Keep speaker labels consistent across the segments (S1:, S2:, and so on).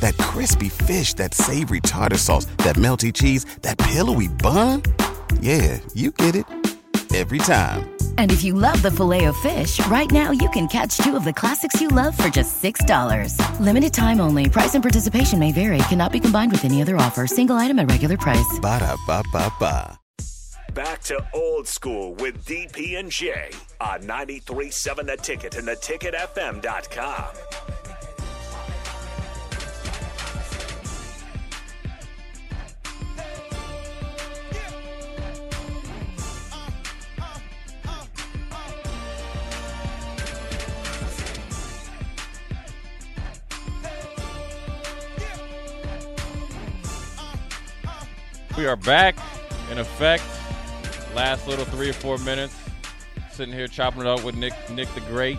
S1: That crispy fish, that savory tartar sauce, that melty cheese, that pillowy bun. Yeah, you get it. Every time.
S2: And if you love the filet of fish, right now you can catch two of the classics you love for just $6. Limited time only. Price and participation may vary. Cannot be combined with any other offer. Single item at regular price.
S1: Ba-da-ba-ba-ba.
S3: Back to old school with DP and J on 937 the ticket and the ticketfm.com.
S4: We are back in effect. Last little three or four minutes. Sitting here chopping it up with Nick Nick the Great.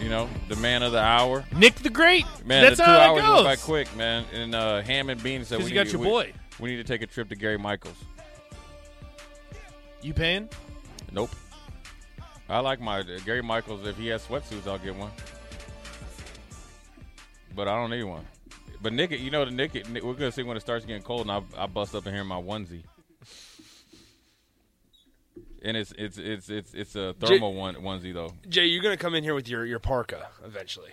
S4: You know, the man of the hour.
S5: Nick the Great.
S4: Man,
S5: That's
S4: the two
S5: how
S4: hours
S5: it
S4: went
S5: goes.
S4: by quick, man. And uh, Ham and Bean said
S5: 'Cause
S4: we
S5: you got
S4: need,
S5: your
S4: we-
S5: boy.
S4: We need to take a trip to Gary Michaels.
S5: You paying?
S4: Nope. I like my Gary Michaels. If he has sweatsuits, I'll get one. But I don't need one. But Nick, you know the Nick, Nick- we're gonna see when it starts getting cold, and I, I bust up in here in my onesie. And it's it's it's it's it's a thermal one onesie though.
S6: Jay, you're gonna come in here with your your parka eventually.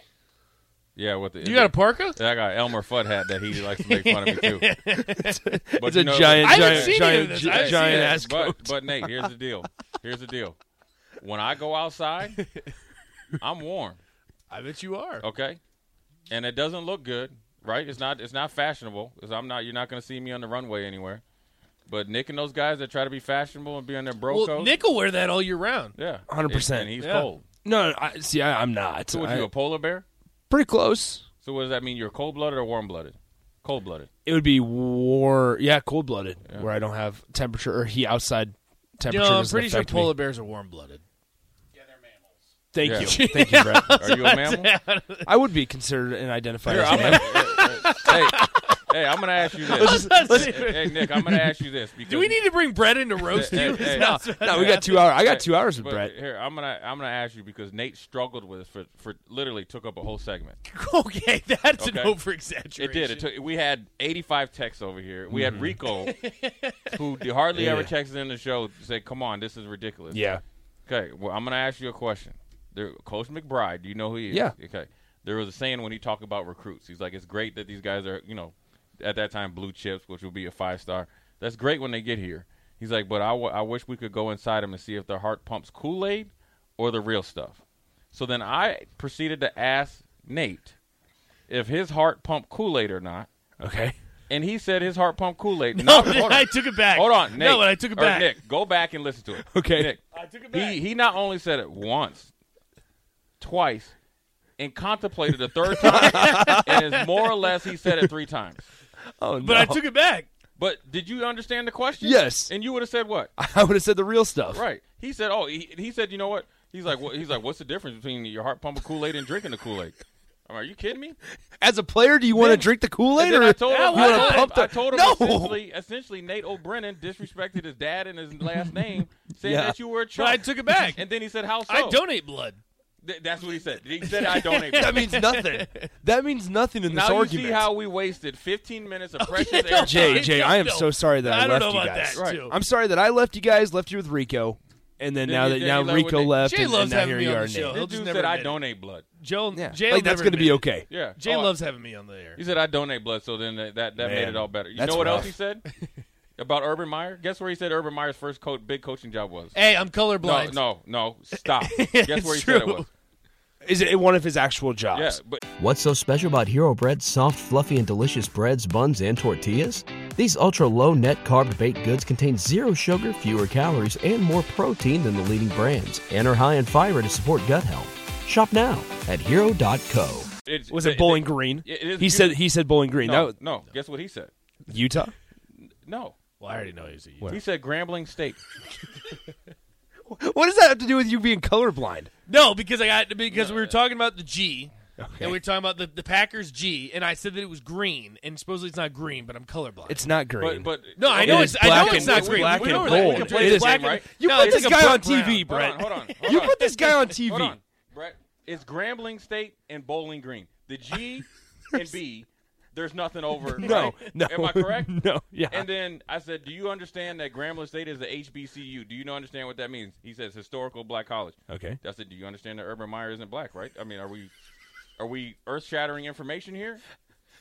S4: Yeah, with the
S5: You got a parka?
S4: Yeah, I got an Elmer Fudd hat that he likes to make fun of me too. But
S6: It's
S4: you
S6: a
S4: know-
S6: giant,
S5: I haven't
S6: giant,
S5: seen any
S6: giant,
S5: of this.
S6: gi-
S5: I haven't seen
S6: giant
S5: it.
S6: ass coat.
S4: But, but Nate, here's the deal. Here's the deal. When I go outside, I'm warm.
S5: I bet you are.
S4: Okay, and it doesn't look good, right? It's not. It's not fashionable. 'cause I'm not. You're not going to see me on the runway anywhere. But Nick and those guys that try to be fashionable and be on their bro
S5: Well,
S4: code,
S5: Nick will wear that all year round.
S4: yeah,
S6: 100%,
S4: And he's
S5: yeah.
S4: cold.
S6: no, no, I, see, I, I'm not.
S4: So, what
S6: I-
S4: you a polar bear?
S6: pretty close.
S4: So, what does that mean? You're cold blooded or warm blooded? Cold blooded.
S6: It would be war, yeah, cold blooded, where I don't have temperature or heat outside
S5: You
S6: temperature.
S5: know, I'm
S6: doesn't
S5: pretty sure
S6: affect me.
S5: polar bears are warm blooded.
S6: Thank
S4: Yeah.
S6: you, thank you, Brett.
S4: Are you a mammal?
S6: I would be considered and identified
S4: Here,
S6: as
S4: I'm
S6: a man.
S4: gonna, hey, hey, I'm going to ask you this. hey, Nick, I'm going to ask you this. Because
S5: Do we need to bring bread in to roast
S4: Hey,
S5: you?
S4: hey, hey.
S5: No.
S6: No, we got two hours. I got two hours with
S4: But
S6: Brett.
S4: Here, I'm gonna I'm gonna ask you because Nate struggled with this for for literally took up a whole segment.
S5: Okay, that's an
S4: Okay.
S5: over exaggeration.
S4: It did. It took. We had 85 texts over here. We
S5: Mm-hmm.
S4: had Rico, who d- hardly ever texts in the show, say, "Come on, this is ridiculous."
S6: Yeah,
S4: Okay. Well, I'm gonna ask you a question. There, Coach McBride, do you know who he is?
S6: Yeah.
S4: Okay. There was a saying when he talked about recruits. He's like, "It's great that these guys are, you know, at that time blue chips, which would be a five star. That's great when they get here." He's like, "But I, w- I wish we could go inside them and see if their heart pumps Kool Aid or the real stuff." So then I proceeded to ask Nate if his heart pumped Kool Aid or not.
S6: okay.
S4: And he said his heart pumped Kool Aid.
S5: No, I took it back.
S4: Hold on, Nate.
S5: No, I took it
S4: or
S5: back.
S4: Nick, go back and listen to it.
S6: Okay.
S4: Nick.
S5: I took it back.
S4: He he not only said it once, twice, and contemplated a third time, and is more or less he said it three times.
S6: Oh no!
S5: but I took it back.
S4: But did you understand the question?
S6: Yes.
S4: And you would have said what?
S6: I would have said the real stuff.
S4: Right. He said, "Oh, he, he said, you know what? He's like, what, he's like, what's the difference between your heart pumping Kool Aid and drinking the Kool Aid? Are you kidding me?
S6: As a player, do you want to
S4: Then-
S6: drink the Kool Aid
S4: And
S6: or
S4: then I told him,
S6: you
S4: I,
S6: want
S4: told
S6: to
S4: him-
S6: pump the?
S4: I told him
S6: no.
S4: essentially, essentially Nate O'Brien disrespected his dad and his last name, saying
S6: Yeah.
S4: that you were a
S5: But
S4: chump.
S5: I took it back.
S4: And then he said, "How so?"
S5: I donate blood.
S4: Th- that's what he said. He said, "I donate."
S6: that means nothing. That means nothing in
S4: now
S6: this
S4: you
S6: argument.
S4: see how we wasted 15 minutes of precious
S5: Oh, yeah, no,
S4: air.
S6: Jay,
S5: It
S6: Jay,
S5: just
S6: I am
S5: don't-
S6: so sorry that I,
S5: I don't
S6: left
S5: know
S6: you
S5: about
S6: guys.
S5: that
S4: Right.
S5: too.
S6: I'm sorry that I left you guys, left you with Rico, and then
S4: Then
S6: now
S4: you-
S6: that
S4: then
S6: now
S4: you left
S6: Rico
S4: with Nate.
S6: left,
S5: Jay
S6: and, and
S5: loves
S6: now
S5: having
S6: here
S5: me
S6: you
S5: on
S6: are,
S5: the show.
S6: Nate.
S5: He'll
S4: This
S5: just
S4: dude
S5: never
S4: said, "I
S5: admit it.
S4: donate blood."
S5: Joe,
S6: Yeah,
S5: Jay
S6: like
S5: will
S6: that's
S5: never
S6: gonna be
S5: admit it.
S6: okay.
S4: Yeah,
S5: Jay
S4: Oh,
S5: loves having me on the air.
S4: He said, "I donate blood," so then that, that, that made
S6: Man,
S4: it all better. You
S6: that's
S4: know what
S6: rough.
S4: else he said about Urban Meyer? Guess where he said Urban Meyer's first co- big coaching job was?
S5: Hey, I'm
S4: No,
S5: colorblind.
S4: no, no! Stop.
S5: It's
S4: Guess where he said it
S5: true.
S4: was?
S6: Is it one of his actual jobs?
S4: Yeah, but
S7: What's so special about Hero Bread's soft, fluffy, and delicious breads, buns, and tortillas? These ultra low net carb baked goods contain zero sugar, fewer calories, and more protein than the leading brands, and are high in fiber to support gut health. Shop now at hero.co.
S4: it's,
S6: Was
S4: they-
S6: it Bowling
S4: they-
S6: Green?
S4: It is
S6: he said
S4: beautiful.
S6: he said Bowling Green.
S4: No,
S6: That
S4: no. Guess what he said?
S6: was Utah.
S4: No,
S5: Well, I already know he's a Utah.
S4: He said Grambling State.
S6: What does that have to do with you being colorblind?
S5: No, because I got because we were talking about the G. And we were talking about the, the Packers G, and I said that it was green, and supposedly it's not green, but I'm colorblind.
S6: It's not green.
S4: But but
S5: no, I know
S6: It
S5: it's
S6: is
S5: I know
S6: black
S5: it's
S6: and-
S5: not green.
S6: black
S5: we
S6: and
S5: know that. We
S6: gold.
S5: can play
S6: It
S5: the
S6: is.
S5: black and-
S6: You
S5: No,
S6: put
S5: it's
S6: this
S5: like
S6: guy
S5: a
S6: on
S5: brown.
S6: TV,
S4: hold on,
S6: Brett.
S4: hold on, hold
S6: You
S4: on.
S6: put this guy on
S4: Hold
S6: TV.
S4: on, Brett. It's Grambling State and Bowling Green. The G and B. There's nothing over.
S6: No,
S4: right?
S6: no.
S4: Am I correct?
S6: No, yeah.
S4: And then I said, "Do you understand that Grambling State is a HBCU? Do you know understand what that means?" He says, "Historical Black College."
S6: Okay.
S4: I said, "Do you understand that Urban Meyer isn't black? Right? I mean, are we, are we earth-shattering information here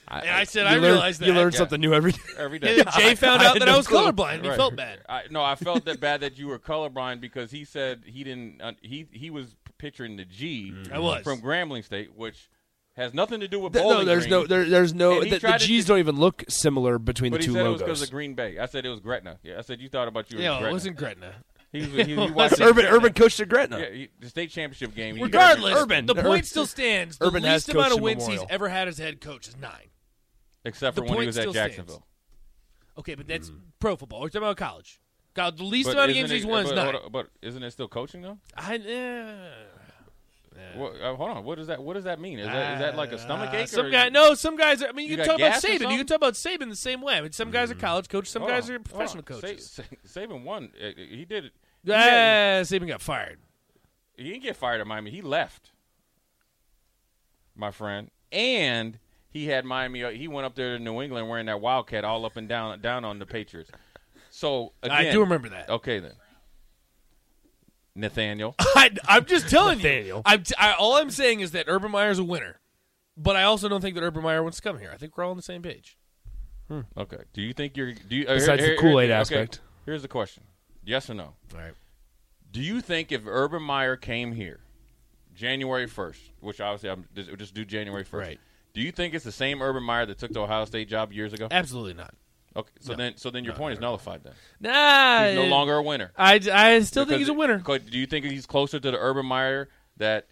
S5: And I said
S6: You
S5: I
S6: learn-
S5: realized that.
S6: You learn something new every day.
S4: every day?"
S5: And then Jay found
S6: I
S5: out
S6: had
S5: that
S6: no
S5: I was
S6: clue.
S5: colorblind. and He
S4: Right.
S5: felt bad.
S4: I, no, I felt that bad that you were colorblind because he said he didn't. Uh, he he was picturing the G
S5: I was.
S4: from Grambling State, which has nothing to do with
S6: Mm-hmm. Th-
S4: Bowling
S6: no, there's
S4: Green,
S6: no, there, there's no.
S4: And he
S6: The, the
S4: tried to
S6: G's
S4: do-
S6: don't even look similar between
S4: but he
S6: the two
S4: said it was
S6: logos.
S4: because of Gretna. I said it was Gretna. Yeah, I said you thought about you.
S5: Yeah,
S4: Gretna.
S5: it wasn't Gretna.
S4: He was. He, he
S5: wasn't
S4: watched
S6: urban, urban coach to Gretna.
S4: Yeah, he, the state championship game. he-
S5: Regardless,
S6: Urban.
S5: the
S6: Ur-
S5: point still stands. The
S6: Urban has
S5: least amount
S6: coached
S5: of
S6: the
S5: wins he's
S6: Memorial.
S5: ever had as head coach is nine.
S4: except for
S5: the
S4: when he
S5: point
S4: was at
S5: still stands.
S4: Jacksonville.
S5: Okay, but that's
S6: Mm-hmm.
S5: pro football. We're talking about college. God, the least
S4: But
S5: amount of
S4: isn't
S5: games he's
S4: it-
S5: won is
S4: but, hold
S5: nine.
S4: on, but isn't it still coaching though?
S5: I, eh,
S4: What, uh, hold on. What does that? What does that mean? Is that is that like a stomach
S5: uh,
S4: ache?
S5: some
S4: or
S5: guy, no, some guys are. I mean,
S4: You
S5: you, can
S4: got
S5: talk about
S4: gas or
S5: Saban. You
S4: something?
S5: can talk about Saban the same way. I mean, some guys are college coaches, some
S4: Hold
S5: guys
S4: on,
S5: are
S4: hold on.
S5: professional
S4: Sa-
S5: coaches.
S4: Sa- Saban won. Uh, He did it. He had-
S5: Ah, Saban got fired.
S4: he didn't get fired at Miami. He left, my friend, and he had Miami. uh, He went up there to New England wearing that Wildcat all up and down, down on the Patriots. So
S5: I
S4: again-
S5: do remember that.
S4: Okay, then Nathaniel.
S5: I, I'm just telling you. I'm t- I, all I'm saying is that Urban Meyer's a winner, but I also don't think that Urban Meyer wants to come here. I think we're all on the same page.
S4: Okay. Do you think you're? Do you, uh,
S6: Besides
S4: here-
S6: the
S4: here-
S6: Kool-Aid
S4: okay,
S6: aspect.
S4: Here's the question: Yes or no?
S5: All right.
S4: Do you think if Urban Meyer came here January 1st, which obviously I'm just, just do January 1st,
S5: Right.
S4: do you think it's the same Urban Meyer that took the Ohio State job years ago?
S5: Absolutely not.
S4: Okay, so then so then your point is nullified then.
S5: Nah.
S4: He's no longer a winner.
S5: I, I still think he's a
S4: Because-
S5: winner.
S4: co- Do you think he's closer to the Urban Meyer that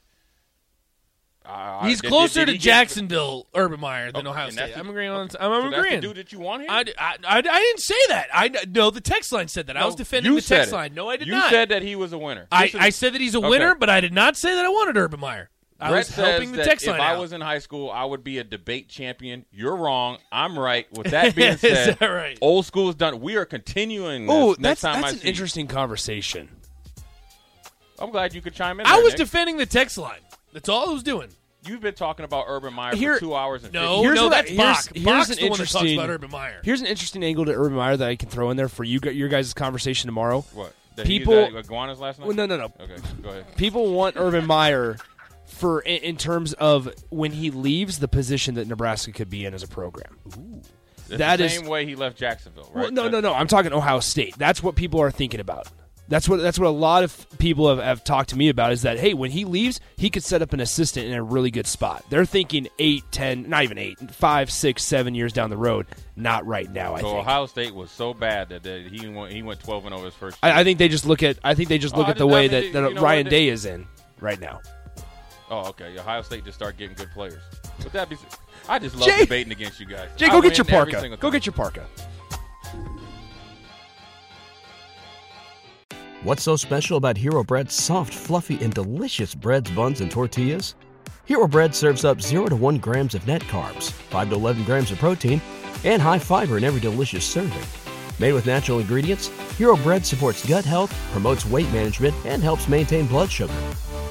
S4: uh,
S5: He's
S4: did- did-
S5: closer
S4: did
S5: to
S4: he get-
S5: Jacksonville Urban Meyer than
S4: Oh,
S5: Ohio
S4: and that's
S5: State.
S4: the-
S5: I'm agreeing on. I'm, I'm
S4: so that's
S5: agreeing.
S4: the dude that you want here?
S5: I, I, I, I didn't say that. I no, the text line said that. I
S4: No,
S5: was defending
S4: you
S5: the
S4: said
S5: text
S4: it.
S5: line. No, I did
S4: you
S5: not.
S4: said that he was a winner.
S5: I,
S4: Listen,
S5: I said that he's a
S4: Okay.
S5: winner, but I did not say that I wanted Urban Meyer. I
S4: Brett
S5: was
S4: says
S5: helping the
S4: that
S5: text
S4: if
S5: line.
S4: I
S5: out.
S4: was in high school, I would be a debate champion. You're wrong. I'm right. With that being
S5: Is
S4: said,
S5: that right?
S4: old school is done. We are continuing. This
S6: Oh,
S4: next
S6: that's
S4: time
S6: that's
S4: I
S6: an
S4: see you.
S6: interesting conversation.
S4: I'm glad you could chime in.
S5: I
S4: there,
S5: was
S4: Nick.
S5: defending the text line. That's all I was doing.
S4: You've been talking about Urban Meyer
S6: Here-
S4: for two hours and
S5: No,
S4: 15
S6: Here's
S5: Oh, no,
S6: what I-
S5: that's
S6: here's-
S5: Bach.
S6: here's
S5: Bach's
S6: an
S5: the one that talks
S6: interesting-
S5: about Urban Meyer.
S6: Here's an interesting angle to Urban Meyer that I can throw in there for you gu- your guys' conversation tomorrow.
S4: what that he used
S6: People-
S4: that iguanas last night.
S6: Well, no, no, no.
S4: Okay, go ahead.
S6: People want Urban Meyer for in, in terms of when he leaves the position that Nebraska could be in as a program.
S4: That's
S6: That
S4: the
S6: is-
S4: same way he left Jacksonville, right?
S6: Well, no, no, no. I'm talking Ohio State. That's what people are thinking about. That's what that's what a lot of people have, have talked to me about is that hey, when he leaves, he could set up an assistant in a really good spot. They're thinking eight, ten, not even eight, five, six, seven years down the road. Not right now. I
S4: So
S6: think.
S4: Ohio State was so bad that, that he went he went 12 and over his first. year.
S6: I, I think they just look at. I think they just
S4: Oh,
S6: look
S4: I
S6: at the
S4: did- I
S6: way
S4: mean,
S6: that,
S4: they-
S6: that
S4: you know
S6: Ryan
S4: what, they-
S6: Day is in right now.
S4: Oh, okay. Ohio State just start getting good players. But that be, I just love
S6: Jay-
S4: debating against you guys.
S6: Jay,
S4: I
S6: go get
S4: win
S6: your
S4: every
S6: parka.
S4: single
S6: Go
S4: time.
S6: get your parka.
S7: What's so special about Hero Bread's soft, fluffy, and delicious breads, buns, and tortillas? Hero Bread serves up 0 to 1 grams of net carbs, 5 to 11 grams of protein, and high fiber in every delicious serving. Made with natural ingredients, Hero Bread supports gut health, promotes weight management, and helps maintain blood sugar.